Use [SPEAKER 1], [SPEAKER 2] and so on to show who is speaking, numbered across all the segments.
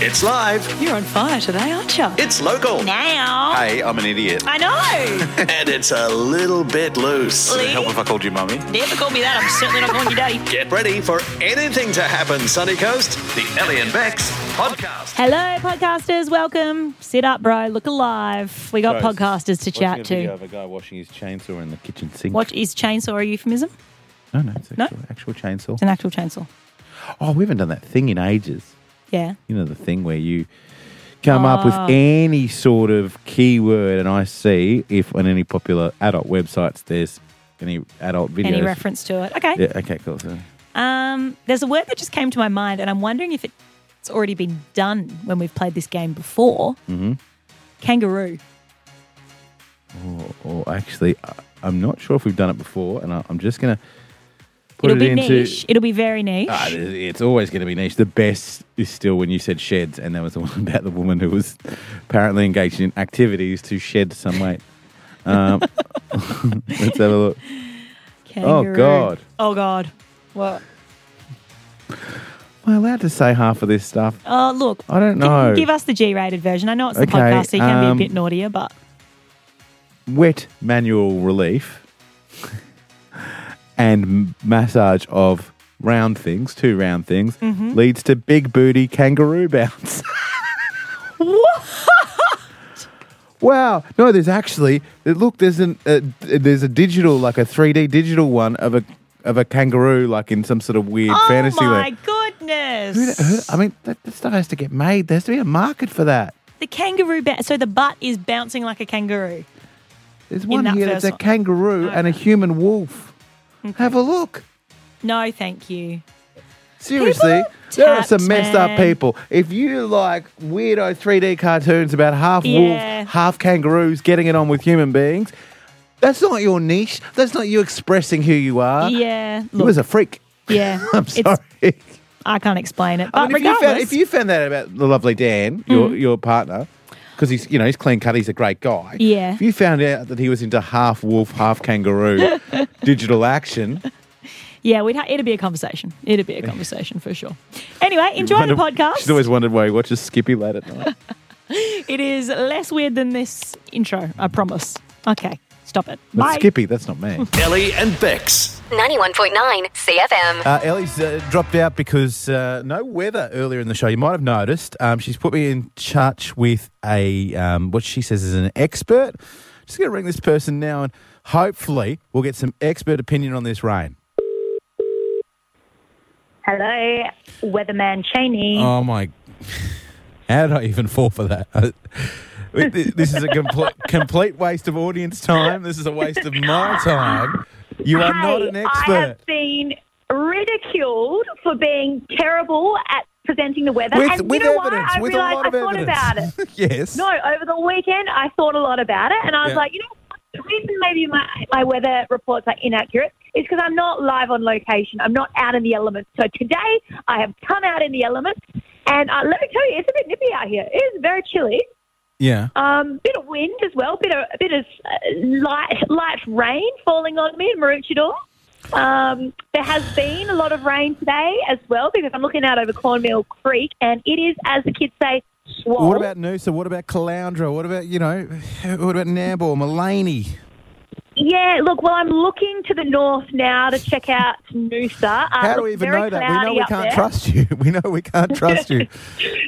[SPEAKER 1] It's live.
[SPEAKER 2] You're on fire today, aren't you?
[SPEAKER 1] It's local.
[SPEAKER 2] Now.
[SPEAKER 1] Hey, I'm an idiot.
[SPEAKER 2] I know.
[SPEAKER 1] And it's a little bit loose.
[SPEAKER 2] Lee?
[SPEAKER 3] Help if I called you mummy.
[SPEAKER 2] Never call me that. I'm certainly not calling you daddy.
[SPEAKER 1] Get ready for anything to happen, Sunny Coast. The Ellie and Bex podcast.
[SPEAKER 2] Hello, podcasters. Welcome. Sit up, bro. Look alive. We got
[SPEAKER 3] Bro,
[SPEAKER 2] podcasters to chat
[SPEAKER 3] Video
[SPEAKER 2] to.
[SPEAKER 3] of a guy washing his chainsaw in the kitchen sink.
[SPEAKER 2] What is chainsaw a euphemism?
[SPEAKER 3] No, no, it's
[SPEAKER 2] No?
[SPEAKER 3] actual, actual chainsaw.
[SPEAKER 2] It's an actual chainsaw.
[SPEAKER 3] Oh, we haven't done that thing in ages.
[SPEAKER 2] Yeah.
[SPEAKER 3] You know the thing where you come
[SPEAKER 2] Ah.
[SPEAKER 3] up with any sort of keyword, and I see if on any popular adult websites there's any adult videos.
[SPEAKER 2] Any reference to it? Okay.
[SPEAKER 3] Yeah. Okay. Cool. So,
[SPEAKER 2] Um, there's a word that just came to my mind, and I'm wondering if it's already been done when we've played this game before. Mm-hmm. Kangaroo.
[SPEAKER 3] or actually, I- I'm not sure if we've done it before, and I- I'm just gonna put
[SPEAKER 2] It'll
[SPEAKER 3] it
[SPEAKER 2] be
[SPEAKER 3] into.
[SPEAKER 2] niche. It'll be very niche.
[SPEAKER 3] Ah, it's always going to be niche. The best is still when you said sheds, and there was the one about the woman who was apparently engaged in activities to shed some weight. Um, let's have a look.
[SPEAKER 2] Kangaroo.
[SPEAKER 3] God.
[SPEAKER 2] Oh God. What?
[SPEAKER 3] Am I allowed to say half of this stuff?
[SPEAKER 2] Oh, look.
[SPEAKER 3] I don't
[SPEAKER 2] g-
[SPEAKER 3] know.
[SPEAKER 2] Give us the G-rated version. I know it's the
[SPEAKER 3] Okay,
[SPEAKER 2] podcast, so you can
[SPEAKER 3] um,
[SPEAKER 2] be a bit naughtier, but
[SPEAKER 3] Wet manual relief and m- massage of round things, two round things,
[SPEAKER 2] Mm-hmm.
[SPEAKER 3] leads to big booty kangaroo bounce. Wow! No, there's actually look. There's an uh, there's a digital like a 3D digital one of a of a kangaroo like in some sort of weird
[SPEAKER 2] oh
[SPEAKER 3] fantasy
[SPEAKER 2] my
[SPEAKER 3] land. Who the- who-
[SPEAKER 2] goodness,
[SPEAKER 3] I mean, that, that stuff has to get made. There has to be a market for that.
[SPEAKER 2] the kangaroo. Ba- so the butt is bouncing like a kangaroo.
[SPEAKER 3] There's one
[SPEAKER 2] that
[SPEAKER 3] here that's a
[SPEAKER 2] first one.
[SPEAKER 3] kangaroo and a human wolf. Have a look.
[SPEAKER 2] No, thank you.
[SPEAKER 3] Seriously,
[SPEAKER 2] are
[SPEAKER 3] there are some
[SPEAKER 2] tapped,
[SPEAKER 3] messed up
[SPEAKER 2] man.
[SPEAKER 3] people. If you like weirdo 3D cartoons about half
[SPEAKER 2] Yeah.
[SPEAKER 3] wolves, half kangaroos getting it on with human beings, that's not your niche. That's not you expressing who you are.
[SPEAKER 2] yeah,
[SPEAKER 3] He
[SPEAKER 2] look,
[SPEAKER 3] was a freak.
[SPEAKER 2] yeah.
[SPEAKER 3] I'm sorry.
[SPEAKER 2] I can't explain it, but
[SPEAKER 3] I mean, if, you
[SPEAKER 2] regardless, Mm.
[SPEAKER 3] found, if you found that about the lovely Dan, your your partner, because he's you know he's clean cut, he's a great guy.
[SPEAKER 2] Yeah.
[SPEAKER 3] If you found out that he was into half wolf, half kangaroo digital action,
[SPEAKER 2] yeah, we'd ha- it'd be a conversation. It'd be a conversation for sure. Anyway, enjoy the
[SPEAKER 3] wonder-
[SPEAKER 2] podcast.
[SPEAKER 3] She's always wondered why he watches Skippy late at night.
[SPEAKER 2] it is less weird than this intro. I promise. Okay, stop it.
[SPEAKER 3] But
[SPEAKER 2] Bye.
[SPEAKER 3] Skippy, that's not me.
[SPEAKER 1] Ellie and Bex.
[SPEAKER 4] 91.9 CFM.
[SPEAKER 3] Uh, Ellie's uh, dropped out because uh, no weather earlier in the show. You might have noticed. Um, she's put me in touch with a um, what she says is an expert. Just going to ring this person now, and hopefully we'll get some expert opinion on this rain.
[SPEAKER 5] Hello, weatherman Cheney.
[SPEAKER 3] Oh my! How did I even fall for that? this is a complete complete waste of audience time. This is a waste of my time. You are Oh, not
[SPEAKER 5] Hey,
[SPEAKER 3] an
[SPEAKER 5] I
[SPEAKER 3] expert.
[SPEAKER 5] have been ridiculed for being terrible at presenting the weather.
[SPEAKER 3] With,
[SPEAKER 5] and
[SPEAKER 3] with
[SPEAKER 5] you know
[SPEAKER 3] evidence,
[SPEAKER 5] what? I
[SPEAKER 3] with a
[SPEAKER 5] realised
[SPEAKER 3] lot of
[SPEAKER 5] I thought
[SPEAKER 3] evidence.
[SPEAKER 5] about it.
[SPEAKER 3] yes.
[SPEAKER 5] No, over the weekend I thought a lot about it, and I was
[SPEAKER 3] Yeah.
[SPEAKER 5] like, you know, what? the reason maybe my, my weather reports are inaccurate is because I'm not live on location. I'm not out in the elements. So today I have come out in the elements, and uh, let me tell you, it's a bit nippy out here. It is very chilly.
[SPEAKER 3] Yeah.
[SPEAKER 5] Um, bit of wind as well, bit of bit of uh, light light rain falling on me in Maroochydore. Um, there has been a lot of rain today as well because I'm looking out over Cornmill Creek and it is, as the kids say, swole.
[SPEAKER 3] What about Noosa? What about Caloundra? What about, you know, what about Nambour, Mullaney?
[SPEAKER 5] yeah, look, well, I'm looking to the north now to check out Noosa. Uh,
[SPEAKER 3] How do
[SPEAKER 5] look,
[SPEAKER 3] we even
[SPEAKER 5] very
[SPEAKER 3] know that? We know
[SPEAKER 5] cloudy
[SPEAKER 3] we
[SPEAKER 5] up
[SPEAKER 3] can't
[SPEAKER 5] there.
[SPEAKER 3] trust you. We know we can't trust you.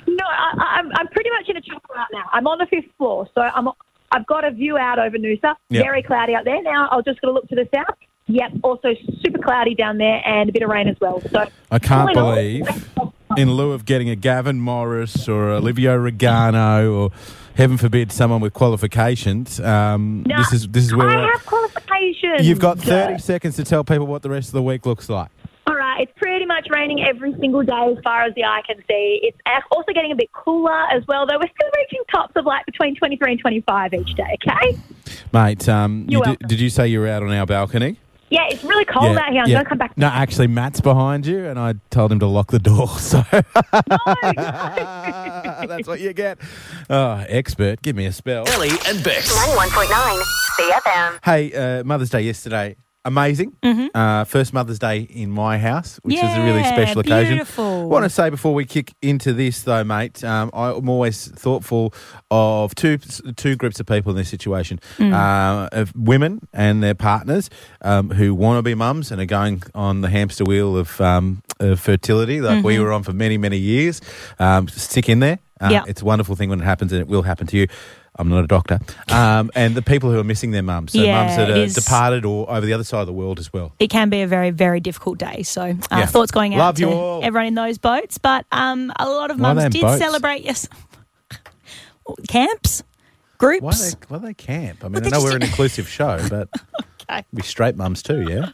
[SPEAKER 5] No, I, I- I'm, I'm pretty much in a chopper right now. I'm on the fifth floor, so I'm, I've got a view out over Noosa.
[SPEAKER 3] Yeah.
[SPEAKER 5] Very cloudy out there. Now I'll just got to look to the south. Yep, also super cloudy down there and a bit of rain as well. So
[SPEAKER 3] I can't
[SPEAKER 5] all
[SPEAKER 3] believe,
[SPEAKER 5] in all-
[SPEAKER 3] in lieu of getting a Gavin Morris or Olivio Regano or heaven forbid someone with qualifications, um,
[SPEAKER 5] No,
[SPEAKER 3] this is this is where
[SPEAKER 5] I
[SPEAKER 3] we're at.
[SPEAKER 5] have qualifications.
[SPEAKER 3] You've got 30 seconds to tell people what the rest of the week looks like.
[SPEAKER 5] All right, it's pretty much raining every single day as far as the eye can see. It's ac- also getting a bit cooler as well, though we're still reaching tops of like between 23 and 25 each day, okay?
[SPEAKER 3] Mate, um,
[SPEAKER 5] You're
[SPEAKER 3] you did,
[SPEAKER 5] welcome.
[SPEAKER 3] did you say you were out on our balcony?
[SPEAKER 5] Yeah, it's really cold out here. I'm going to come back.
[SPEAKER 3] No, actually, Matt's behind you, and I told him to lock the door. So that's what you get. Oh, expert, give me a spell.
[SPEAKER 1] Ellie and Bex.
[SPEAKER 4] 91.9 CFM.
[SPEAKER 3] Hey, uh, Mother's Day yesterday. amazing. Uh, first Mother's Day in my house, which is a really
[SPEAKER 2] Mm-hmm. Yeah,
[SPEAKER 3] special occasion.
[SPEAKER 2] beautiful.
[SPEAKER 3] Want to say before we kick into this, though, mate, um, I'm always thoughtful of two two groups of people in this situation:
[SPEAKER 2] Mm.
[SPEAKER 3] uh, of women and their partners um, who want to be mums and are going on the hamster wheel of, um, of fertility, like we were on for many, many years. Um, stick in there. Um,
[SPEAKER 2] Mm-hmm. Yeah.
[SPEAKER 3] It's a wonderful thing when it happens, and it will happen to you. I'm not a doctor. Um, and the people who are missing their mums, so
[SPEAKER 2] Yeah,
[SPEAKER 3] mums that
[SPEAKER 2] it
[SPEAKER 3] are
[SPEAKER 2] is-
[SPEAKER 3] departed or over the other side of the world as well.
[SPEAKER 2] it can be a very, very difficult day. So uh,
[SPEAKER 3] Yeah.
[SPEAKER 2] thoughts going out
[SPEAKER 3] Love
[SPEAKER 2] to
[SPEAKER 3] you all.
[SPEAKER 2] everyone in those boats. But um, a lot of
[SPEAKER 3] Why
[SPEAKER 2] mums
[SPEAKER 3] them
[SPEAKER 2] did
[SPEAKER 3] boats?
[SPEAKER 2] celebrate. Yes, camps, groups.
[SPEAKER 3] Why they, why they camp? I mean,
[SPEAKER 2] they
[SPEAKER 3] I know
[SPEAKER 2] just-
[SPEAKER 3] we're an inclusive show, but
[SPEAKER 2] Okay.
[SPEAKER 3] we straight mums too, yeah?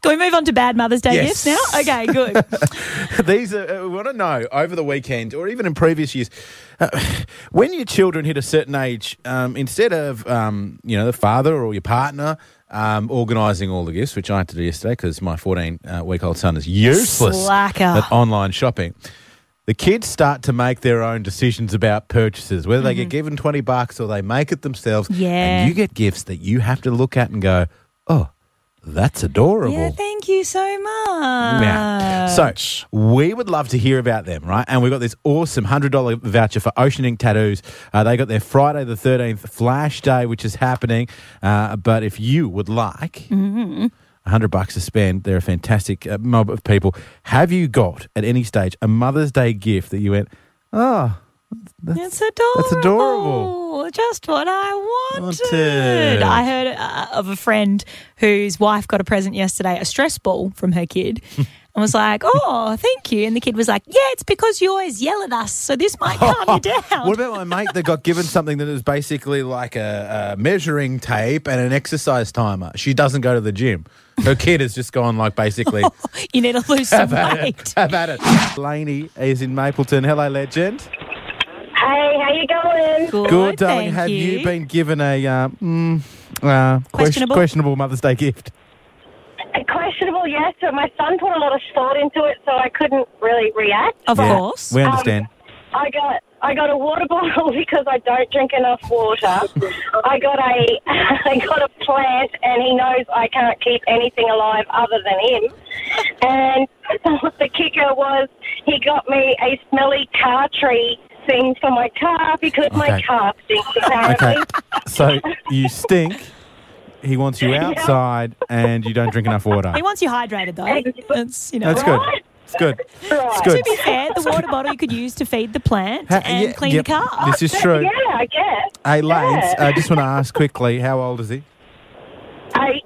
[SPEAKER 2] Can we move on to bad Mother's Day
[SPEAKER 3] Yes.
[SPEAKER 2] gifts now? Okay, good.
[SPEAKER 3] These are, uh, we want to know over the weekend or even in previous years, uh, when your children hit a certain age, um, instead of, um, you know, the father or your partner um, organising all the gifts, which I had to do yesterday because my 14 uh, week old son is useless
[SPEAKER 2] Slacker.
[SPEAKER 3] at online shopping. The kids start to make their own decisions about purchases, whether they get given 20 bucks or they make it themselves.
[SPEAKER 2] Mm-hmm. Yeah.
[SPEAKER 3] And you get gifts that you have to look at and go, oh, that's adorable.
[SPEAKER 2] yeah, thank you so much.
[SPEAKER 3] Now, so we would love to hear about them, right? And we've got this awesome $100 voucher for Ocean Ink Tattoos. Uh, they got their Friday the 13th Flash Day, which is happening. Uh, but if you would like. 100 bucks to spend. They're a fantastic uh, mob of people. Have you got at any stage a Mother's Day gift that you went, oh,
[SPEAKER 2] It's adorable.
[SPEAKER 3] That's adorable.
[SPEAKER 2] Just what I wanted.
[SPEAKER 3] Wanted.
[SPEAKER 2] I heard uh, of a friend whose wife got a present yesterday, a stress ball from her kid, and was like, "Oh, thank you." And the kid was like, "Yeah, it's because you always yell at us, so this might calm you down."
[SPEAKER 3] What about my mate that got given something that was basically like a, a measuring tape and an exercise timer? She doesn't go to the gym. Her kid has just gone like basically,
[SPEAKER 2] you need to lose some
[SPEAKER 3] have at it,
[SPEAKER 2] weight.
[SPEAKER 3] have at it. Laney is in Mapleton. Hello, legend.
[SPEAKER 5] Hey, how you going?
[SPEAKER 2] Good,
[SPEAKER 3] Good, darling.
[SPEAKER 2] thank
[SPEAKER 3] Have you. been given a uh, mm, uh, ques-
[SPEAKER 2] Questionable?
[SPEAKER 3] questionable Mother's Day gift?
[SPEAKER 5] A questionable yes, but my son put a lot of thought into it, so I couldn't really react.
[SPEAKER 2] Of
[SPEAKER 5] Um,
[SPEAKER 3] Yeah,
[SPEAKER 2] course.
[SPEAKER 3] We understand.
[SPEAKER 5] I got I got a water bottle because I don't drink enough water. I got a I got a plant, and he knows I can't keep anything alive other than him. And the kicker was he got me a smelly car tree thing for my car because my
[SPEAKER 3] Okay.
[SPEAKER 5] car stinks
[SPEAKER 2] Um,
[SPEAKER 5] apparently.
[SPEAKER 3] okay. So you stink. He wants you outside and you don't drink enough water.
[SPEAKER 2] he wants you hydrated though. It's you know.
[SPEAKER 3] That's good. It's good. It's
[SPEAKER 5] Right.
[SPEAKER 3] good.
[SPEAKER 2] To be fair, the water bottle you could use to feed the plant
[SPEAKER 3] Ha-
[SPEAKER 2] and
[SPEAKER 3] yeah,
[SPEAKER 2] clean
[SPEAKER 3] yep,
[SPEAKER 2] the car.
[SPEAKER 3] This is true.
[SPEAKER 5] Yeah, I guess.
[SPEAKER 3] Hey, Lance,
[SPEAKER 5] Yeah.
[SPEAKER 3] I just want to ask quickly, how old is he?
[SPEAKER 5] I,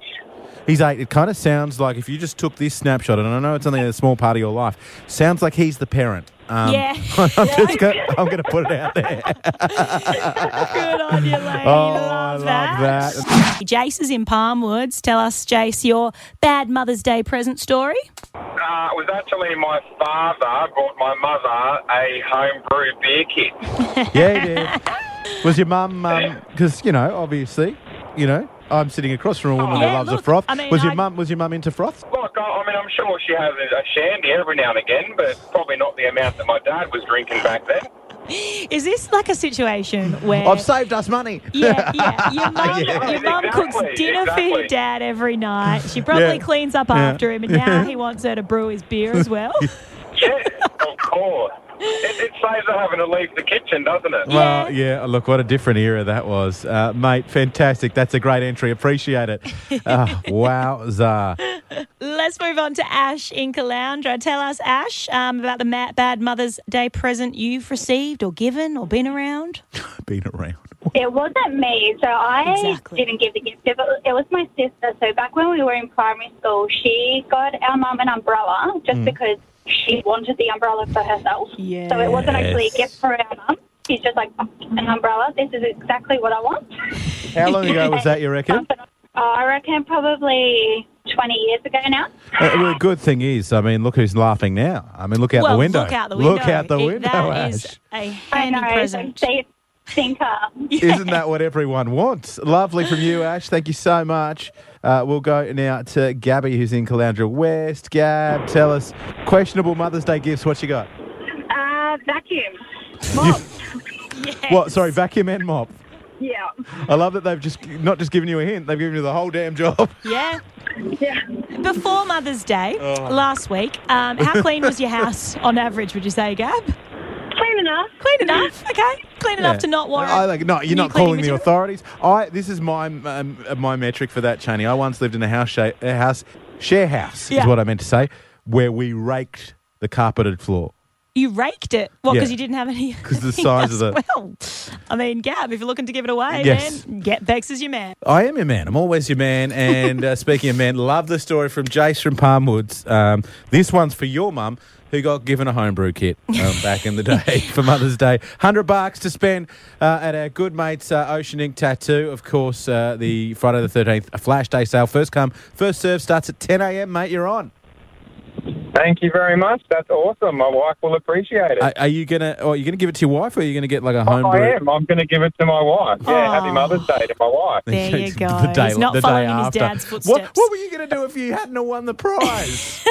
[SPEAKER 3] He's eight. It kind of sounds like if you just took this snapshot, and I know it's only a small part of your life, sounds like he's the parent. Um,
[SPEAKER 2] Yeah.
[SPEAKER 3] I'm just going. I'm going to put it out there.
[SPEAKER 2] Good on you, lady.
[SPEAKER 3] Oh,
[SPEAKER 2] love
[SPEAKER 3] I
[SPEAKER 2] that.
[SPEAKER 3] love
[SPEAKER 2] Jace is in Palmwoods. Tell us, Jace, your bad Mother's Day present story.
[SPEAKER 6] Uh, it was actually my father bought my mother a homebrew beer kit.
[SPEAKER 3] Yeah, yeah. Was your mum? Because you know, obviously, you know, I'm sitting across from a woman
[SPEAKER 2] Yeah,
[SPEAKER 3] that loves
[SPEAKER 2] look,
[SPEAKER 3] a froth.
[SPEAKER 2] I mean,
[SPEAKER 3] was your
[SPEAKER 2] I-
[SPEAKER 3] mum? Was your mum into froth?
[SPEAKER 6] Look, I, I mean, I'm sure she has a a shandy every now and again, but probably not the amount that my dad was drinking back then.
[SPEAKER 2] Is this like a situation where.
[SPEAKER 3] I've saved us money.
[SPEAKER 2] yeah, yeah. Your mum,
[SPEAKER 6] Yeah.
[SPEAKER 2] your mum cooks
[SPEAKER 6] Exactly,
[SPEAKER 2] dinner for your
[SPEAKER 6] exactly.
[SPEAKER 2] dad every night. She probably
[SPEAKER 3] Yeah.
[SPEAKER 2] cleans up after him, and now he wants her to brew his beer as well.
[SPEAKER 6] Yeah, of course. It, it saves her having to leave the kitchen, doesn't it?
[SPEAKER 3] Well, Uh, yeah. Look, what a different era that was, uh, mate. Fantastic. That's a great entry. Appreciate it. Uh, wowza.
[SPEAKER 2] Let's move on to Ash in Caloundra. Tell us, Ash, um, about the ma- bad Mother's Day present you've received, or given, or been around.
[SPEAKER 3] Been around.
[SPEAKER 7] It wasn't me, so I
[SPEAKER 2] Exactly.
[SPEAKER 7] didn't give the gift. It was it was my sister. So back when we were in primary school, she got our mum an umbrella just because she wanted the umbrella for herself. So it wasn't actually a
[SPEAKER 3] Yes.
[SPEAKER 7] gift for our mum. She's just like "Oh, an umbrella. This is exactly what I want. uh,
[SPEAKER 3] How long ago was that? You reckon?
[SPEAKER 7] I reckon probably twenty years ago now.
[SPEAKER 3] Uh, well, good thing is, I mean, look who's laughing now. I mean, look out
[SPEAKER 2] well,
[SPEAKER 3] the window.
[SPEAKER 2] Look out the window.
[SPEAKER 3] Look out the
[SPEAKER 2] It-
[SPEAKER 3] window,
[SPEAKER 2] That
[SPEAKER 3] Ash.
[SPEAKER 2] is a
[SPEAKER 7] I
[SPEAKER 2] handy
[SPEAKER 7] know.
[SPEAKER 2] present.
[SPEAKER 7] They think um,
[SPEAKER 3] Isn't that what everyone wants? Lovely from you, Ash. Thank you so much. Uh, we'll go now to Gabby, who's in Caloundra West. Gab, tell us questionable Mother's Day gifts. What you got?
[SPEAKER 5] uh, vacuum.
[SPEAKER 3] What? Sorry, vacuum and mop.
[SPEAKER 5] Yeah.
[SPEAKER 3] I love that they've just not just given you a hint; they've given you the whole damn job.
[SPEAKER 2] Yeah.
[SPEAKER 7] Yeah.
[SPEAKER 2] Before Mother's Day
[SPEAKER 3] Oh.
[SPEAKER 2] last week, um, how clean was your house on average? Would you say, Gab?
[SPEAKER 7] Clean enough.
[SPEAKER 2] Clean enough, okay? Clean enough
[SPEAKER 3] Yeah.
[SPEAKER 2] to not warrant.
[SPEAKER 3] I like no, you're
[SPEAKER 2] new
[SPEAKER 3] not
[SPEAKER 2] cleaning
[SPEAKER 3] calling the
[SPEAKER 2] material?
[SPEAKER 3] authorities. I this is my um, uh, my metric for that, Cheney. I once lived in a house sha- a house share house
[SPEAKER 2] Yeah.
[SPEAKER 3] is what I meant to say, where we raked the carpeted floor.
[SPEAKER 2] You raked it. Well,
[SPEAKER 3] Yeah.
[SPEAKER 2] because you didn't have any.
[SPEAKER 3] 'Cause the size of the-
[SPEAKER 2] Well, I mean, Gab, if you're looking to give it away,
[SPEAKER 3] Yes.
[SPEAKER 2] man, get Bex as your man.
[SPEAKER 3] I am your man. I'm always your man. And uh, speaking of men, love the story from Jace from Palmwoods. Um, this one's for your mum, who got given a homebrew kit um, back in the day for Mother's Day. 100 bucks to spend uh, at our good mates uh, Ocean Ink Tattoo. Of course, uh, the Friday the 13th a flash day sale. First come, first serve starts at 10 a.m., mate. You're on.
[SPEAKER 6] Thank you very much. That's awesome. My wife will appreciate it.
[SPEAKER 3] Are, are you going to or are you gonna give it to your wife or are you going to get like a homebrew?
[SPEAKER 6] I am. I'm going to give it to my wife. Yeah, happy
[SPEAKER 2] Aw.
[SPEAKER 6] Mother's Day to my wife.
[SPEAKER 2] There you go.
[SPEAKER 3] The day,
[SPEAKER 2] He's not
[SPEAKER 3] the day
[SPEAKER 2] following in his
[SPEAKER 3] after.
[SPEAKER 2] dad's
[SPEAKER 3] What,
[SPEAKER 2] footsteps.
[SPEAKER 3] what were you going to do if you hadn't have won the prize?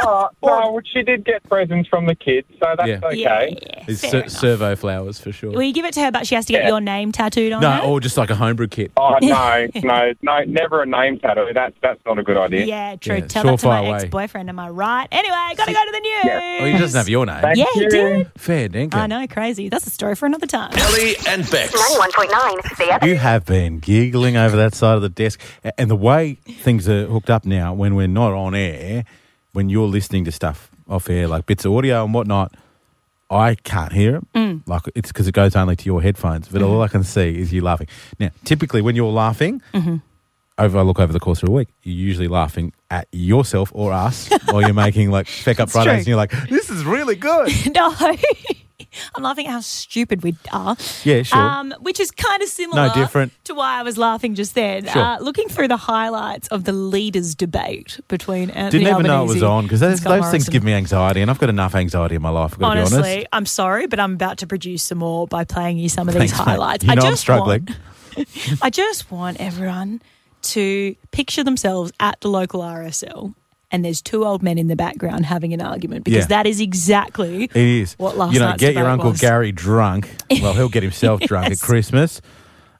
[SPEAKER 6] Oh, no, well, she did get presents from the kids, so that's
[SPEAKER 3] Yeah.
[SPEAKER 6] okay.
[SPEAKER 2] Yeah,
[SPEAKER 3] It's
[SPEAKER 2] fair
[SPEAKER 3] ser-
[SPEAKER 2] enough.
[SPEAKER 3] servo flowers for sure.
[SPEAKER 2] Well, you give it to her, but she has to get
[SPEAKER 6] Yeah.
[SPEAKER 2] your name tattooed on
[SPEAKER 3] No,
[SPEAKER 2] her.
[SPEAKER 3] or just like a homebrew kit.
[SPEAKER 6] Oh no, no, no! Never a name tattoo. That's that's not a good idea.
[SPEAKER 2] yeah, true.
[SPEAKER 3] Yeah,
[SPEAKER 2] Tell that to my
[SPEAKER 3] surefire way.
[SPEAKER 2] ex-boyfriend. Am I right? Anyway, gotta go to the news.
[SPEAKER 3] Oh, he doesn't have your name.
[SPEAKER 6] Thank
[SPEAKER 2] Yeah, he
[SPEAKER 6] you.
[SPEAKER 2] did.
[SPEAKER 3] Fair dinkum.
[SPEAKER 2] I know, crazy. That's a story for another time.
[SPEAKER 1] Ellie and Bex.
[SPEAKER 4] 91.9 CFM.
[SPEAKER 3] You have been giggling over that side of the desk. A- And the way things are hooked up now, when we're not on air, when you're listening to stuff off air, like bits of audio and whatnot, I can't hear it.
[SPEAKER 2] Mm.
[SPEAKER 3] Like it's because it goes only to your headphones. But all I can see is you laughing. Now, typically, when you're laughing,
[SPEAKER 2] Mm-hmm.
[SPEAKER 3] over I look over the course of a week, you're usually laughing at yourself or us, or you're making like feck up Fridays,
[SPEAKER 2] true.
[SPEAKER 3] and you're like, "This is really good."
[SPEAKER 2] no. I'm laughing at how stupid we are.
[SPEAKER 3] Yeah, sure.
[SPEAKER 2] Um, which is kind of similar
[SPEAKER 3] No, different.
[SPEAKER 2] to why I was laughing just then.
[SPEAKER 3] Sure.
[SPEAKER 2] Uh, looking through the highlights of the leaders' debate between Anthony
[SPEAKER 3] Didn't even know it
[SPEAKER 2] Albanese
[SPEAKER 3] was on because
[SPEAKER 2] and
[SPEAKER 3] those,
[SPEAKER 2] Scott
[SPEAKER 3] those things
[SPEAKER 2] Morrison.
[SPEAKER 3] give me anxiety, and I've got enough anxiety in my life. I've got to be honest.
[SPEAKER 2] Honestly, I'm sorry, but I'm about to produce some more by playing you some of these
[SPEAKER 3] Thanks, mate.
[SPEAKER 2] highlights.
[SPEAKER 3] You know
[SPEAKER 2] I
[SPEAKER 3] I'm
[SPEAKER 2] just
[SPEAKER 3] struggling.
[SPEAKER 2] Want, I just want everyone to picture themselves at the local RSL and there's two old men in the background having an argument because
[SPEAKER 3] Yeah.
[SPEAKER 2] that is exactly
[SPEAKER 3] It is.
[SPEAKER 2] what last
[SPEAKER 3] You know,
[SPEAKER 2] night's
[SPEAKER 3] get your
[SPEAKER 2] debate
[SPEAKER 3] Uncle
[SPEAKER 2] was.
[SPEAKER 3] Gary drunk. Well, he'll get himself drunk at
[SPEAKER 2] Yes.
[SPEAKER 3] Christmas.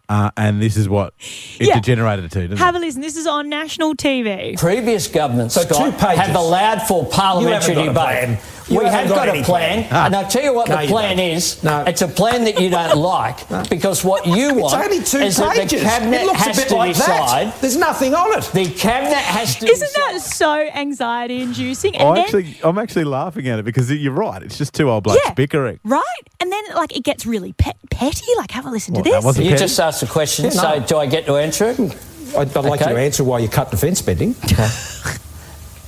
[SPEAKER 3] Uh, and this is what it
[SPEAKER 2] Yeah.
[SPEAKER 3] degenerated to, didn't
[SPEAKER 2] Have a
[SPEAKER 3] it?
[SPEAKER 2] listen. This is on national TV.
[SPEAKER 8] Previous governments,
[SPEAKER 9] So
[SPEAKER 8] Scott,
[SPEAKER 9] two pages.
[SPEAKER 8] have allowed for parliamentary
[SPEAKER 9] You haven't got a
[SPEAKER 8] debate.
[SPEAKER 9] plan. You
[SPEAKER 8] we
[SPEAKER 9] haven't
[SPEAKER 8] have
[SPEAKER 9] got
[SPEAKER 8] got,
[SPEAKER 9] any
[SPEAKER 8] a plan,
[SPEAKER 9] plan. Ah.
[SPEAKER 8] and I'll tell you what
[SPEAKER 9] No,
[SPEAKER 8] the
[SPEAKER 9] you
[SPEAKER 8] plan
[SPEAKER 9] don't.
[SPEAKER 8] is.
[SPEAKER 9] No.
[SPEAKER 8] It's a plan that you don't like because what you
[SPEAKER 9] It's
[SPEAKER 8] want
[SPEAKER 9] only two
[SPEAKER 8] is that the
[SPEAKER 9] pages.
[SPEAKER 8] cabinet
[SPEAKER 9] it looks
[SPEAKER 8] has
[SPEAKER 9] a bit
[SPEAKER 8] to
[SPEAKER 9] like
[SPEAKER 8] decide.
[SPEAKER 9] that. There's nothing on it.
[SPEAKER 8] The cabinet has to.
[SPEAKER 2] Isn't
[SPEAKER 8] decide.
[SPEAKER 2] that so anxiety inducing? And
[SPEAKER 3] I
[SPEAKER 2] then,
[SPEAKER 3] actually, I'm actually laughing at it because you're right. It's just two old blokes
[SPEAKER 2] yeah,
[SPEAKER 3] bickering.
[SPEAKER 2] right? And then like it gets really pet- petty. Like have a listen
[SPEAKER 3] Well,
[SPEAKER 2] to
[SPEAKER 3] that
[SPEAKER 2] this.
[SPEAKER 3] wasn't-
[SPEAKER 8] You
[SPEAKER 3] Okay.
[SPEAKER 8] just asked a question,
[SPEAKER 9] Yeah, no.
[SPEAKER 8] so do I get to answer it?
[SPEAKER 9] I'd, I'd like
[SPEAKER 8] Okay.
[SPEAKER 9] you to answer why you cut defence spending.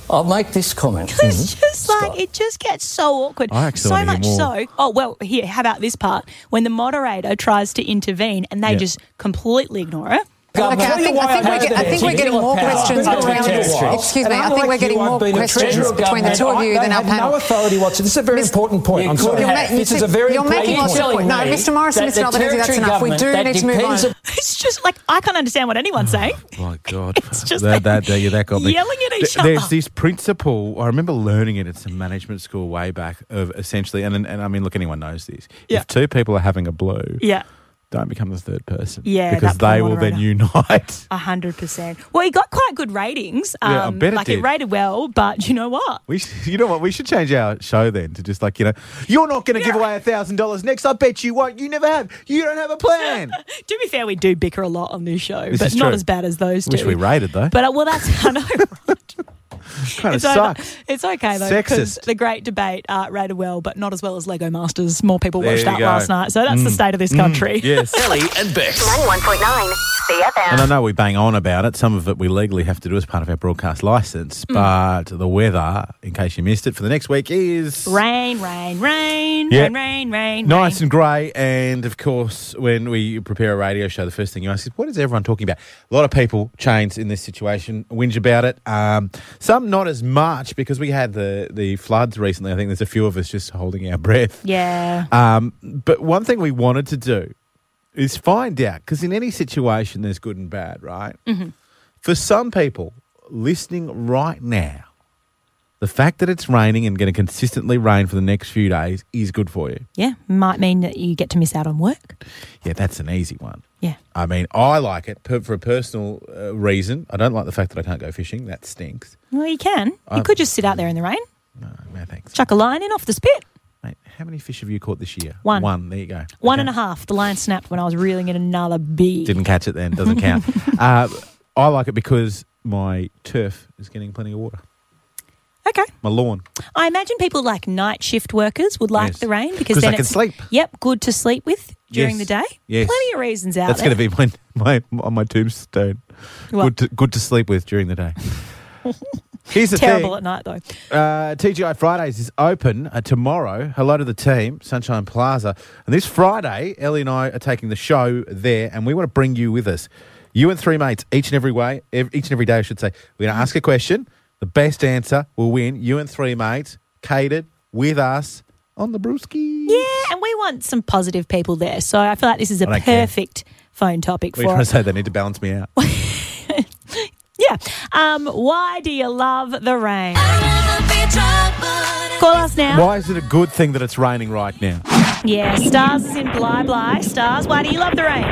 [SPEAKER 8] I'll make this comment.
[SPEAKER 2] It's just like it just gets so awkward.
[SPEAKER 3] Mm-hmm. I actually
[SPEAKER 2] so
[SPEAKER 3] wanna hear
[SPEAKER 2] much
[SPEAKER 3] more.
[SPEAKER 2] so. Oh well, here. How about this part? When the moderator tries to intervene and they
[SPEAKER 3] Yeah.
[SPEAKER 2] just completely ignore it.
[SPEAKER 10] Okay, I think, I think, we're, get- I think we're getting more questions
[SPEAKER 9] I've been
[SPEAKER 10] between.
[SPEAKER 9] around a while.
[SPEAKER 10] Excuse
[SPEAKER 9] And
[SPEAKER 10] me, I think
[SPEAKER 9] unlike
[SPEAKER 10] we're getting
[SPEAKER 9] you, I've
[SPEAKER 10] more
[SPEAKER 9] been a
[SPEAKER 10] questions
[SPEAKER 9] treasurer
[SPEAKER 10] between the
[SPEAKER 9] government.
[SPEAKER 10] two of you
[SPEAKER 9] I-
[SPEAKER 10] than
[SPEAKER 9] they
[SPEAKER 10] our
[SPEAKER 9] have No
[SPEAKER 10] panel.
[SPEAKER 9] authority whatsoever. This is a very
[SPEAKER 10] Mis-
[SPEAKER 9] important point.
[SPEAKER 8] You
[SPEAKER 9] I'm
[SPEAKER 8] could
[SPEAKER 9] sorry.
[SPEAKER 8] have.
[SPEAKER 9] This
[SPEAKER 10] You
[SPEAKER 9] is a
[SPEAKER 10] said-
[SPEAKER 9] very
[SPEAKER 10] you're
[SPEAKER 9] important
[SPEAKER 10] making lots of
[SPEAKER 9] point.
[SPEAKER 10] points. No, Mr. Morrison,
[SPEAKER 8] that
[SPEAKER 10] Mr. Albanese,
[SPEAKER 8] the
[SPEAKER 10] that's
[SPEAKER 8] territory
[SPEAKER 10] enough. We do
[SPEAKER 8] government
[SPEAKER 10] need to
[SPEAKER 8] that
[SPEAKER 10] move
[SPEAKER 8] depends
[SPEAKER 10] on.
[SPEAKER 2] It's just like I can't understand what
[SPEAKER 3] Mm.
[SPEAKER 2] anyone's saying.
[SPEAKER 3] Oh My God,
[SPEAKER 2] It's just them
[SPEAKER 3] that, that, that, yeah, that got me.
[SPEAKER 2] yelling at each
[SPEAKER 3] Th- There's
[SPEAKER 2] other.
[SPEAKER 3] this principle. I remember learning it at some management school way back. Of essentially, and and I mean, look, anyone knows this.
[SPEAKER 2] Yeah.
[SPEAKER 3] If two people are having a blow,
[SPEAKER 2] Yeah.
[SPEAKER 3] don't become the third person.
[SPEAKER 2] Yeah,
[SPEAKER 3] because
[SPEAKER 2] that poor
[SPEAKER 3] they will then
[SPEAKER 2] moderator.
[SPEAKER 3] unite.
[SPEAKER 2] A hundred percent. Well, he got quite good ratings. Um,
[SPEAKER 3] Yeah, I bet it
[SPEAKER 2] like
[SPEAKER 3] did.
[SPEAKER 2] it rated well, but you know what?
[SPEAKER 3] We sh- you know what? We should change our show then to just like, you know, you're not going to give away a $1,000 next. I bet you won't. You never have. You don't have a plan.
[SPEAKER 2] To be fair, we do bicker a lot on this show,
[SPEAKER 3] This
[SPEAKER 2] but
[SPEAKER 3] is
[SPEAKER 2] not
[SPEAKER 3] true.
[SPEAKER 2] as bad as those two.
[SPEAKER 3] Wish we rated, though.
[SPEAKER 2] But uh, well, that's I know. right?
[SPEAKER 3] kind of
[SPEAKER 2] It's, over-
[SPEAKER 3] sucks.
[SPEAKER 2] it's okay though, because
[SPEAKER 3] Sexist.
[SPEAKER 2] the Great Debate uh, rated well, but not as well as Lego Masters. More people
[SPEAKER 3] There
[SPEAKER 2] watched
[SPEAKER 3] you
[SPEAKER 2] that
[SPEAKER 3] go. Mm.
[SPEAKER 2] last night, so that's the state of this country.
[SPEAKER 3] Yes.
[SPEAKER 1] Ellie and Bex.
[SPEAKER 4] 91.9
[SPEAKER 3] And I
[SPEAKER 4] CFM.
[SPEAKER 3] know we bang on about it. Some of it we legally have to do as part of our broadcast license.
[SPEAKER 2] Mm.
[SPEAKER 3] But the weather, in case you missed it, for the next week is
[SPEAKER 2] Rain, rain, rain,
[SPEAKER 3] Yeah.
[SPEAKER 2] rain, rain, rain.
[SPEAKER 3] nice
[SPEAKER 2] rain.
[SPEAKER 3] and grey. And of course, when we prepare a radio show, the first thing you ask is, what is everyone talking about? A lot of people, chains in this situation, whinge about it. Um, some not as much because we had the, the floods recently. I think there's a few of us just holding our breath.
[SPEAKER 2] Yeah.
[SPEAKER 3] Um, but one thing we wanted to do is find out because in any situation, there's good and bad, right? For some people listening right now, The fact that it's raining and going to consistently rain for the next few days is good for you.
[SPEAKER 2] Yeah, might mean that you get to miss out on work.
[SPEAKER 3] Yeah, that's an easy one.
[SPEAKER 2] Yeah.
[SPEAKER 3] I mean, I like it per, for a personal uh, reason. I don't like the fact that I can't go fishing. That stinks.
[SPEAKER 2] Well, you can. You
[SPEAKER 3] I'm-
[SPEAKER 2] could just sit out there in the rain.
[SPEAKER 3] No thanks.
[SPEAKER 2] Chuck a line in off the spit.
[SPEAKER 3] Mate, how many fish have you caught this year?
[SPEAKER 2] One.
[SPEAKER 3] One. There you go.
[SPEAKER 2] One and a half. The line snapped when I was reeling in another bee.
[SPEAKER 3] Didn't catch it then. Doesn't count. uh, I like it because my turf is getting plenty of water.
[SPEAKER 2] Okay.
[SPEAKER 3] My lawn.
[SPEAKER 2] I imagine people like night shift workers would like
[SPEAKER 3] Yes.
[SPEAKER 2] the rain
[SPEAKER 3] 'Cause
[SPEAKER 2] because
[SPEAKER 3] they
[SPEAKER 2] then
[SPEAKER 3] can
[SPEAKER 2] it's
[SPEAKER 3] sleep.
[SPEAKER 2] Yep, good to sleep with during
[SPEAKER 3] Yes.
[SPEAKER 2] the day.
[SPEAKER 3] Yes.
[SPEAKER 2] Plenty of reasons out
[SPEAKER 3] That's
[SPEAKER 2] there.
[SPEAKER 3] going to be my, my on my tombstone.
[SPEAKER 2] What?
[SPEAKER 3] Good to, good to sleep with during the day. Here's the
[SPEAKER 2] terrible
[SPEAKER 3] thing.
[SPEAKER 2] at night though.
[SPEAKER 3] Uh, TGI Fridays is open uh, tomorrow. Hello to the team, Sunshine Plaza. And this Friday, Ellie and I are taking the show there, and we want to bring you with us. You and three mates, each and every way, ev- each and every day, I should say. We're going to ask a question. The best answer will win. You and three mates, catered with us on the brewski.
[SPEAKER 2] Yeah, and we want some positive people there. So I feel like this is a
[SPEAKER 3] I don't care.
[SPEAKER 2] perfect phone topic
[SPEAKER 3] We're
[SPEAKER 2] for
[SPEAKER 3] trying to
[SPEAKER 2] us.
[SPEAKER 3] say they need to balance me out.
[SPEAKER 2] Yeah. Um, why do you love the rain? Call us now.
[SPEAKER 3] Why is it a good thing that it's raining right now?
[SPEAKER 2] Yeah, stars is in bly bly. Stars, why do you love the rain?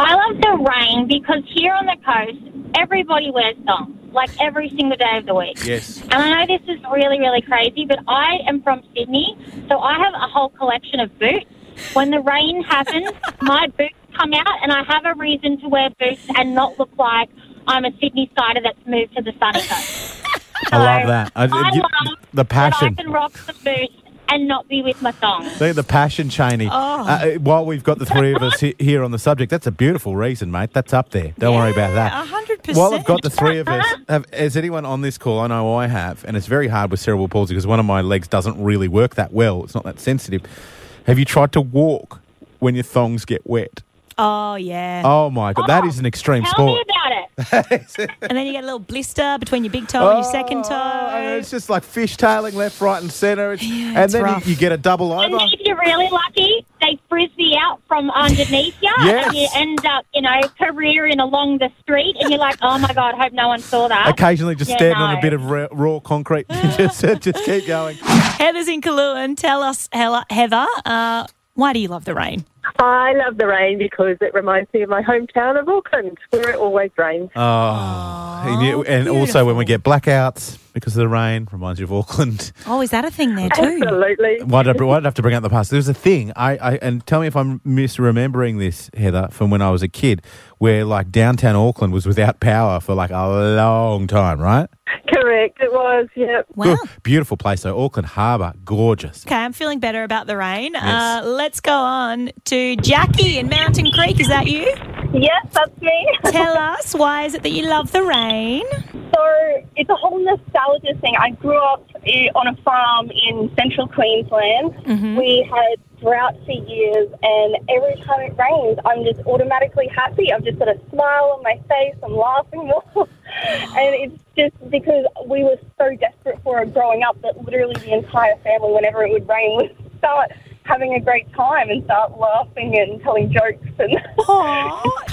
[SPEAKER 7] I love the rain because here on the coast, everybody wears thongs, like every single day of the week.
[SPEAKER 3] Yes.
[SPEAKER 7] And I know this is really, really crazy, but I am from Sydney, so I have a whole collection of boots. When the rain happens, my boots come out, and I have a reason to wear boots and not look like I'm a Sydney sider that's moved to the sunny coast.
[SPEAKER 3] I love that. I,
[SPEAKER 7] I
[SPEAKER 3] you-
[SPEAKER 7] love
[SPEAKER 3] the passion.
[SPEAKER 7] That I can rock the boots and not be with my thongs.
[SPEAKER 3] They're the passion, Cheney.
[SPEAKER 7] Oh.
[SPEAKER 3] Uh, while we've got the three of us he- here on the subject, that's a beautiful reason, mate. That's up there. Don't worry about that.
[SPEAKER 2] A hundred percent.
[SPEAKER 3] While I've got the three of us, have, is anyone on this call? I know I have, and it's very hard with cerebral palsy because one of my legs doesn't really work that well. It's not that sensitive. Have you tried to walk when your thongs get wet?
[SPEAKER 2] Oh yeah.
[SPEAKER 3] Oh my god, that is an extreme sport.
[SPEAKER 2] about it. and then you get a little blister between your big toe and your second
[SPEAKER 3] And
[SPEAKER 2] toe.
[SPEAKER 3] Oh, it's just like fishtailing left, right, and centre. It's, and
[SPEAKER 2] it's
[SPEAKER 3] then you-
[SPEAKER 2] rough.
[SPEAKER 3] you get a double over.
[SPEAKER 7] And if you're really lucky, they frisbee out from underneath you,
[SPEAKER 3] Yes.
[SPEAKER 7] and you end up, you know, careering along the street, and you're like, oh my god, hope no one saw that.
[SPEAKER 3] Occasionally, just
[SPEAKER 7] Yeah,
[SPEAKER 3] standing on
[SPEAKER 7] no.
[SPEAKER 3] a bit of ra- raw concrete. just, just keep going.
[SPEAKER 7] Oh,
[SPEAKER 2] Heather's in Kaluan. Tell us, Hella- Heather, uh, why do you love the rain?
[SPEAKER 11] I love the rain because it reminds me of my hometown of Auckland, where it always rains.
[SPEAKER 3] Oh, and, you- and also when we get blackouts because of the rain, reminds you of Auckland.
[SPEAKER 2] Oh, is that a thing there too?
[SPEAKER 11] Absolutely.
[SPEAKER 3] Why did, I, br- why did I have to bring up the past? There was a thing, I, I and tell me if I'm misremembering this, Heather, from when I was a kid, where like downtown Auckland was without power for like a long time, right?
[SPEAKER 11] Correct, it was, yep.
[SPEAKER 3] Good- Beautiful place though, Auckland Harbour, gorgeous.
[SPEAKER 2] Okay, I'm feeling better about the rain. Uh, let's go on to Jackie in Mountain Creek. Is that you?
[SPEAKER 12] Yes, that's me.
[SPEAKER 2] Tell us, why is it that you love the rain?
[SPEAKER 12] So it's a whole nostalgia thing. I grew up eh, on a farm in central Queensland.
[SPEAKER 7] Mm-hmm.
[SPEAKER 12] We had drought for years, and every time it rains, I'm just automatically happy. I've just got a smile on my face. I'm laughing more. and it's just because we were so desperate for it growing up that literally the entire family, whenever it would rain, would start having a great time and start laughing and telling jokes and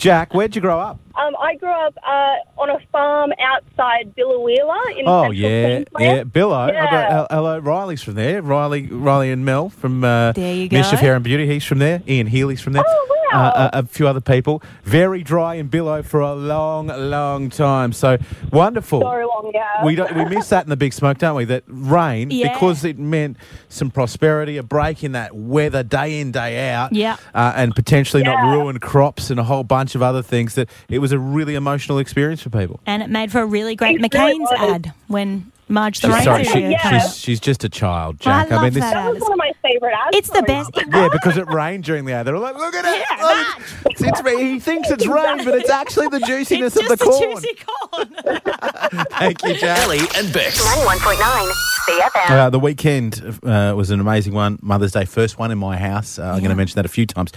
[SPEAKER 3] Jack, where'd you grow up?
[SPEAKER 12] Um, I grew up uh, on a farm outside Billawheeler in
[SPEAKER 3] oh
[SPEAKER 12] central
[SPEAKER 3] yeah,
[SPEAKER 12] Queensland.
[SPEAKER 3] yeah, Billo. I got
[SPEAKER 12] Yeah.
[SPEAKER 3] L- hello, Riley's from there. Riley, Riley and Mel from uh,
[SPEAKER 12] There you go.
[SPEAKER 3] Mischief Hair and Beauty. He's from there. Ian Healy's from there. Oh wow. Uh, a, a few other people. Very dry in Billo for a long, long time. So wonderful.
[SPEAKER 12] So long, yeah.
[SPEAKER 3] We don't, we miss that in the big smoke, don't we? That rain
[SPEAKER 12] Yeah.
[SPEAKER 3] because it meant some prosperity, a break in that weather, day in day out.
[SPEAKER 12] Yeah.
[SPEAKER 3] Uh, and potentially not ruin crops and a whole bunch of other things. That it was a really emotional experience for people.
[SPEAKER 2] And it made for a really great McCain's ad when Marge the
[SPEAKER 3] She's,
[SPEAKER 2] Rain
[SPEAKER 3] sorry,
[SPEAKER 2] did
[SPEAKER 3] she,
[SPEAKER 2] it.
[SPEAKER 3] she's, she's just a child,
[SPEAKER 2] Well, I
[SPEAKER 3] Jack.
[SPEAKER 2] love
[SPEAKER 3] mean, this. Oh
[SPEAKER 2] that ad.
[SPEAKER 12] One of my favourite ads.
[SPEAKER 2] It's the best.
[SPEAKER 3] Yeah, because it rained during the ad. They're like, look at it. Oh, it's, it's, ra- he thinks it's rain, but it's actually the juiciness of the corn. Thank you, Jack.
[SPEAKER 1] Ellie and Bex.
[SPEAKER 4] 91.9 CFM.
[SPEAKER 3] Uh, the weekend uh, was an amazing one. Mother's Day, first one in my house. Uh, I'm going to mention that a few times.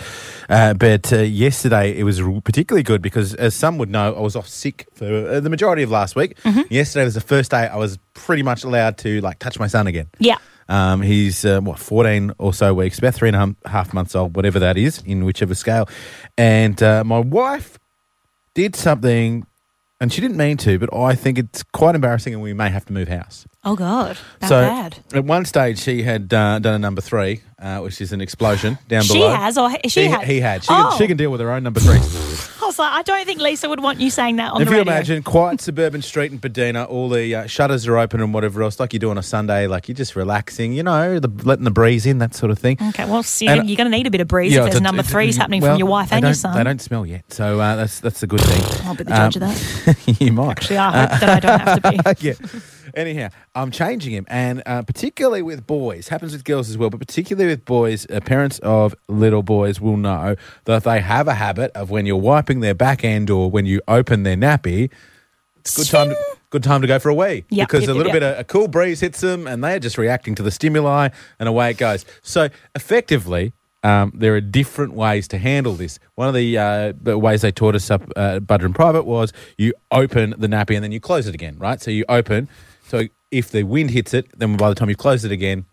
[SPEAKER 3] Uh, but uh, yesterday, it was r- particularly good because, as some would know, I was off sick for uh, the majority of last week. Yesterday was the first day I was pretty much allowed to like touch my son again.
[SPEAKER 2] Yeah.
[SPEAKER 3] Um, he's uh, what fourteen or so weeks, about three and a hum- half months old, whatever that is, in whichever scale. And uh, my wife did something and she didn't mean to, but I think it's quite embarrassing, and we may have to move house.
[SPEAKER 2] Oh God, that
[SPEAKER 3] so
[SPEAKER 2] bad.
[SPEAKER 3] at one stage, she had uh, done a number three, uh, which is an explosion down
[SPEAKER 2] She
[SPEAKER 3] below.
[SPEAKER 2] has or he- she
[SPEAKER 3] he,
[SPEAKER 2] had?
[SPEAKER 3] He had. She,
[SPEAKER 2] Oh.
[SPEAKER 3] can, she can deal with her own number three.
[SPEAKER 2] I was like, I don't think Lisa would want you saying that on
[SPEAKER 3] if
[SPEAKER 2] the
[SPEAKER 3] you
[SPEAKER 2] radio.
[SPEAKER 3] imagine, quiet suburban street in Padina, all the uh, shutters are open and whatever else, like you do on a Sunday, like you're just relaxing, you know, the, letting the breeze in, that sort of thing.
[SPEAKER 2] Okay, well, see,
[SPEAKER 3] And-
[SPEAKER 2] you're going to need a bit of breeze
[SPEAKER 3] Yeah,
[SPEAKER 2] if there's
[SPEAKER 3] it's-
[SPEAKER 2] number
[SPEAKER 3] it's-
[SPEAKER 2] threes happening
[SPEAKER 3] well,
[SPEAKER 2] from your wife
[SPEAKER 3] they
[SPEAKER 2] and your
[SPEAKER 3] don't-
[SPEAKER 2] son.
[SPEAKER 3] They don't smell yet, so uh, that's that's a good thing.
[SPEAKER 2] I'll be the judge of
[SPEAKER 3] that. you might.
[SPEAKER 2] Actually, I hope that I don't have to be.
[SPEAKER 3] yeah. Anyhow, I'm changing him, and uh, particularly with boys, happens with girls as well, but particularly with boys, uh, parents of little boys will know that they have a habit of when you're wiping their back end or when you open their nappy, it's good time. To, good time to go for a wee
[SPEAKER 13] Yep,
[SPEAKER 3] because
[SPEAKER 13] yep,
[SPEAKER 3] a
[SPEAKER 13] yep,
[SPEAKER 3] little
[SPEAKER 13] yep.
[SPEAKER 3] bit of a cool breeze hits them, and they are just reacting to the stimuli, and away it goes. So effectively. Um, there are different ways to handle this. One of the, uh, the ways they taught us up uh, Butter and Private was you open the nappy and then you close it again, right? So you open. So if the wind hits it, then by the time you close it again,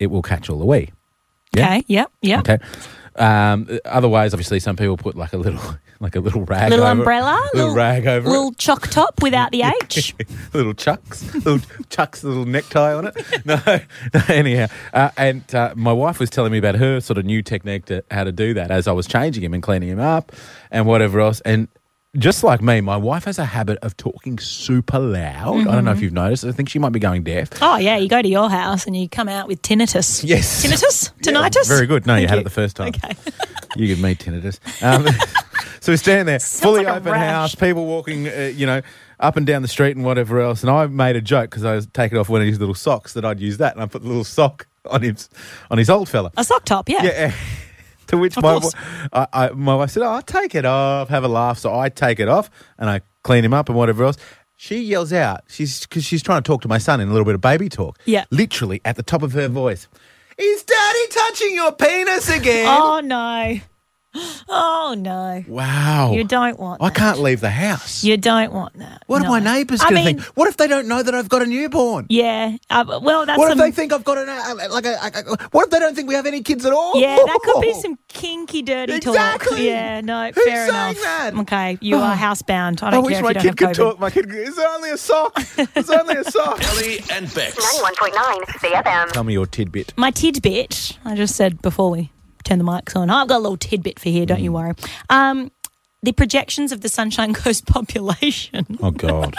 [SPEAKER 3] it will catch all the wee.
[SPEAKER 2] Okay, yep, yep.
[SPEAKER 3] Okay. Um, otherwise, obviously, some people put like a little, like a little rag,
[SPEAKER 2] Little
[SPEAKER 3] over it-
[SPEAKER 2] umbrella,
[SPEAKER 3] little,
[SPEAKER 2] little-
[SPEAKER 3] rag over it.
[SPEAKER 2] Little chock top without the H.
[SPEAKER 3] little chucks, little chucks, little necktie on it. No, no anyhow. Uh, and uh, my wife was telling me about her sort of new technique to how to do that as I was changing him and cleaning him up and whatever else. And just like me, my wife has a habit of talking super loud. I don't know if you've noticed. I think she might be going deaf.
[SPEAKER 2] Oh yeah, you go to your house and you come out with tinnitus.
[SPEAKER 3] Yes.
[SPEAKER 2] tinnitus, tinnitus.
[SPEAKER 3] Very good. No, you had it the first time.
[SPEAKER 2] Okay.
[SPEAKER 3] You could meet tinnitus. Um, so we stand there, fully
[SPEAKER 2] like a
[SPEAKER 3] open
[SPEAKER 2] rash.
[SPEAKER 3] house, people walking, uh, you know, up and down the street and whatever else. And I made a joke because I was taking off one of his little socks that I'd use that, and I put the little sock on his on his old fella.
[SPEAKER 2] A sock top, yeah.
[SPEAKER 3] Yeah. To which
[SPEAKER 2] Of
[SPEAKER 3] my,
[SPEAKER 2] course.
[SPEAKER 3] wi- I, I, my wife said, "Oh, I'll take it off, have a laugh." So I take it off and I clean him up and whatever else. She yells out, she's because she's trying to talk to my son in a little bit of baby talk.
[SPEAKER 2] Yeah.
[SPEAKER 3] literally at the top of her voice. Is Daddy touching your penis again?
[SPEAKER 2] Oh no. Oh no.
[SPEAKER 3] Wow,
[SPEAKER 2] You don't want.
[SPEAKER 3] I can't leave the house.
[SPEAKER 2] You don't want that.
[SPEAKER 3] What
[SPEAKER 2] no.
[SPEAKER 3] are my neighbours
[SPEAKER 2] I
[SPEAKER 3] going to
[SPEAKER 2] mean-
[SPEAKER 3] think? What if they don't know that I've got a newborn?
[SPEAKER 2] Yeah. Uh, well, that's
[SPEAKER 3] what
[SPEAKER 2] some-
[SPEAKER 3] if they think I've got an uh, like a, like a- What if they don't think we have any kids at all?
[SPEAKER 2] Yeah, that could be some kinky, dirty talk.
[SPEAKER 3] Exactly.
[SPEAKER 2] Yeah, no,
[SPEAKER 3] Who's
[SPEAKER 2] fair
[SPEAKER 3] saying
[SPEAKER 2] enough. Okay, you are housebound. I don't
[SPEAKER 3] wish
[SPEAKER 2] care if
[SPEAKER 3] my
[SPEAKER 2] you don't
[SPEAKER 3] kid
[SPEAKER 2] have
[SPEAKER 3] could
[SPEAKER 2] COVID.
[SPEAKER 3] talk. My kid, it's only a sock. It's only a sock.
[SPEAKER 1] Ellie and Bex.
[SPEAKER 4] 91.9 CFM.
[SPEAKER 3] Tell me your tidbit.
[SPEAKER 2] My tidbit, I just said before we turn the mics on, I've got a little tidbit for here, don't
[SPEAKER 3] Mm.
[SPEAKER 2] you worry. Um, the projections of the Sunshine Coast population.
[SPEAKER 3] Oh God.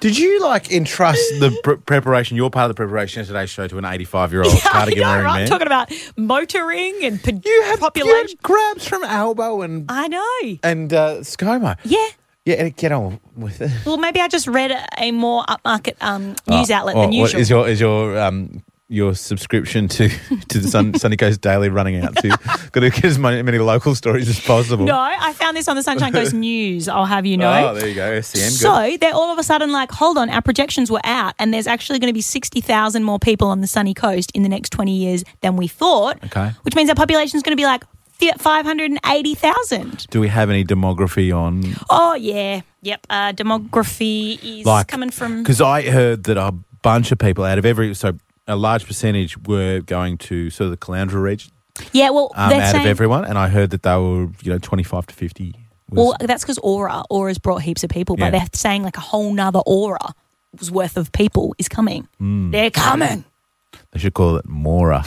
[SPEAKER 3] Did you like entrust the pr- preparation, your part of the preparation of today's show, to an 85 year old cardigan
[SPEAKER 2] I know,
[SPEAKER 3] wearing
[SPEAKER 2] right?
[SPEAKER 3] man?
[SPEAKER 2] I'm talking about motoring and po- population. Uh,
[SPEAKER 3] grabs from elbow and
[SPEAKER 2] I know.
[SPEAKER 3] and uh, ScoMo.
[SPEAKER 2] Yeah.
[SPEAKER 3] Yeah, and get on with it.
[SPEAKER 2] Well, maybe I just read a- a more upmarket um, news
[SPEAKER 3] Oh,
[SPEAKER 2] outlet
[SPEAKER 3] oh,
[SPEAKER 2] than
[SPEAKER 3] what-
[SPEAKER 2] usual.
[SPEAKER 3] Is your is your um your subscription to to the Sun, Sunny Coast Daily running out? To got to get as many, many local stories as possible.
[SPEAKER 2] no, I found this on the Sunshine Coast News. I'll have you know.
[SPEAKER 3] Oh, there you go. SCN. Good.
[SPEAKER 2] So they're all of a sudden like, hold on, our projections were out, and there's actually going to be 60,000 more people on the sunny coast in the next 20 years than we thought,
[SPEAKER 3] okay.
[SPEAKER 2] which means our population's going to be like fi- 580,000.
[SPEAKER 3] Do we have any demography on?
[SPEAKER 2] Oh, yeah. Yep. Uh, demography is coming from.
[SPEAKER 3] because I heard that a bunch of people out of every so a large percentage were going to sort of the Caloundra region
[SPEAKER 2] Yeah, well,
[SPEAKER 3] um,
[SPEAKER 2] they're
[SPEAKER 3] out
[SPEAKER 2] saying.
[SPEAKER 3] of everyone, and I heard that they were you know twenty five to fifty.
[SPEAKER 2] well, that's because Aura. Aura's brought heaps of people, but
[SPEAKER 3] Yeah.
[SPEAKER 2] they're saying like a whole nother Aura's worth of people is coming.
[SPEAKER 3] Mm.
[SPEAKER 2] They're coming.
[SPEAKER 3] They should call it Mora.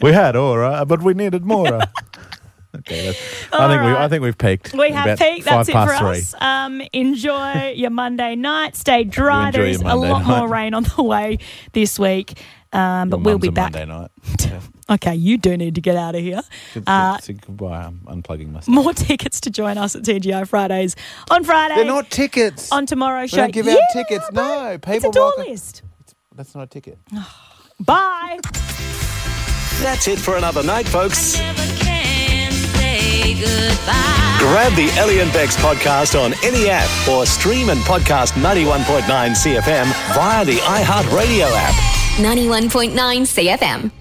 [SPEAKER 3] We had Aura, but we needed Mora. okay, that's, I think we I think we've peaked.
[SPEAKER 2] We have
[SPEAKER 3] About
[SPEAKER 2] peaked.
[SPEAKER 3] Five
[SPEAKER 2] That's it
[SPEAKER 3] past
[SPEAKER 2] for
[SPEAKER 3] three.
[SPEAKER 2] us. Um, enjoy your Monday night. Stay dry.
[SPEAKER 3] enjoy
[SPEAKER 2] There
[SPEAKER 3] your
[SPEAKER 2] is a
[SPEAKER 3] Monday
[SPEAKER 2] lot
[SPEAKER 3] night.
[SPEAKER 2] more rain on the way this week, um, but
[SPEAKER 3] Your
[SPEAKER 2] we'll
[SPEAKER 3] mum's
[SPEAKER 2] be
[SPEAKER 3] a
[SPEAKER 2] back.
[SPEAKER 3] Monday night.
[SPEAKER 2] Okay, you do need to get out of here.
[SPEAKER 3] Good-
[SPEAKER 2] Uh,
[SPEAKER 3] good- goodbye. I'm unplugging myself.
[SPEAKER 2] more tickets to join us at TGI Fridays on Friday.
[SPEAKER 3] They're not tickets.
[SPEAKER 2] On tomorrow's
[SPEAKER 3] We
[SPEAKER 2] show.
[SPEAKER 3] don't give
[SPEAKER 2] yeah,
[SPEAKER 3] out tickets. No,
[SPEAKER 2] it's a
[SPEAKER 3] people.
[SPEAKER 2] door
[SPEAKER 3] welcome-
[SPEAKER 2] list.
[SPEAKER 3] That's not a ticket.
[SPEAKER 2] Bye.
[SPEAKER 1] That's it for another night, folks. Grab the Ellie and Bex podcast on any app or stream and podcast 91.9 CFM via the iHeartRadio app.
[SPEAKER 14] 91.9 CFM.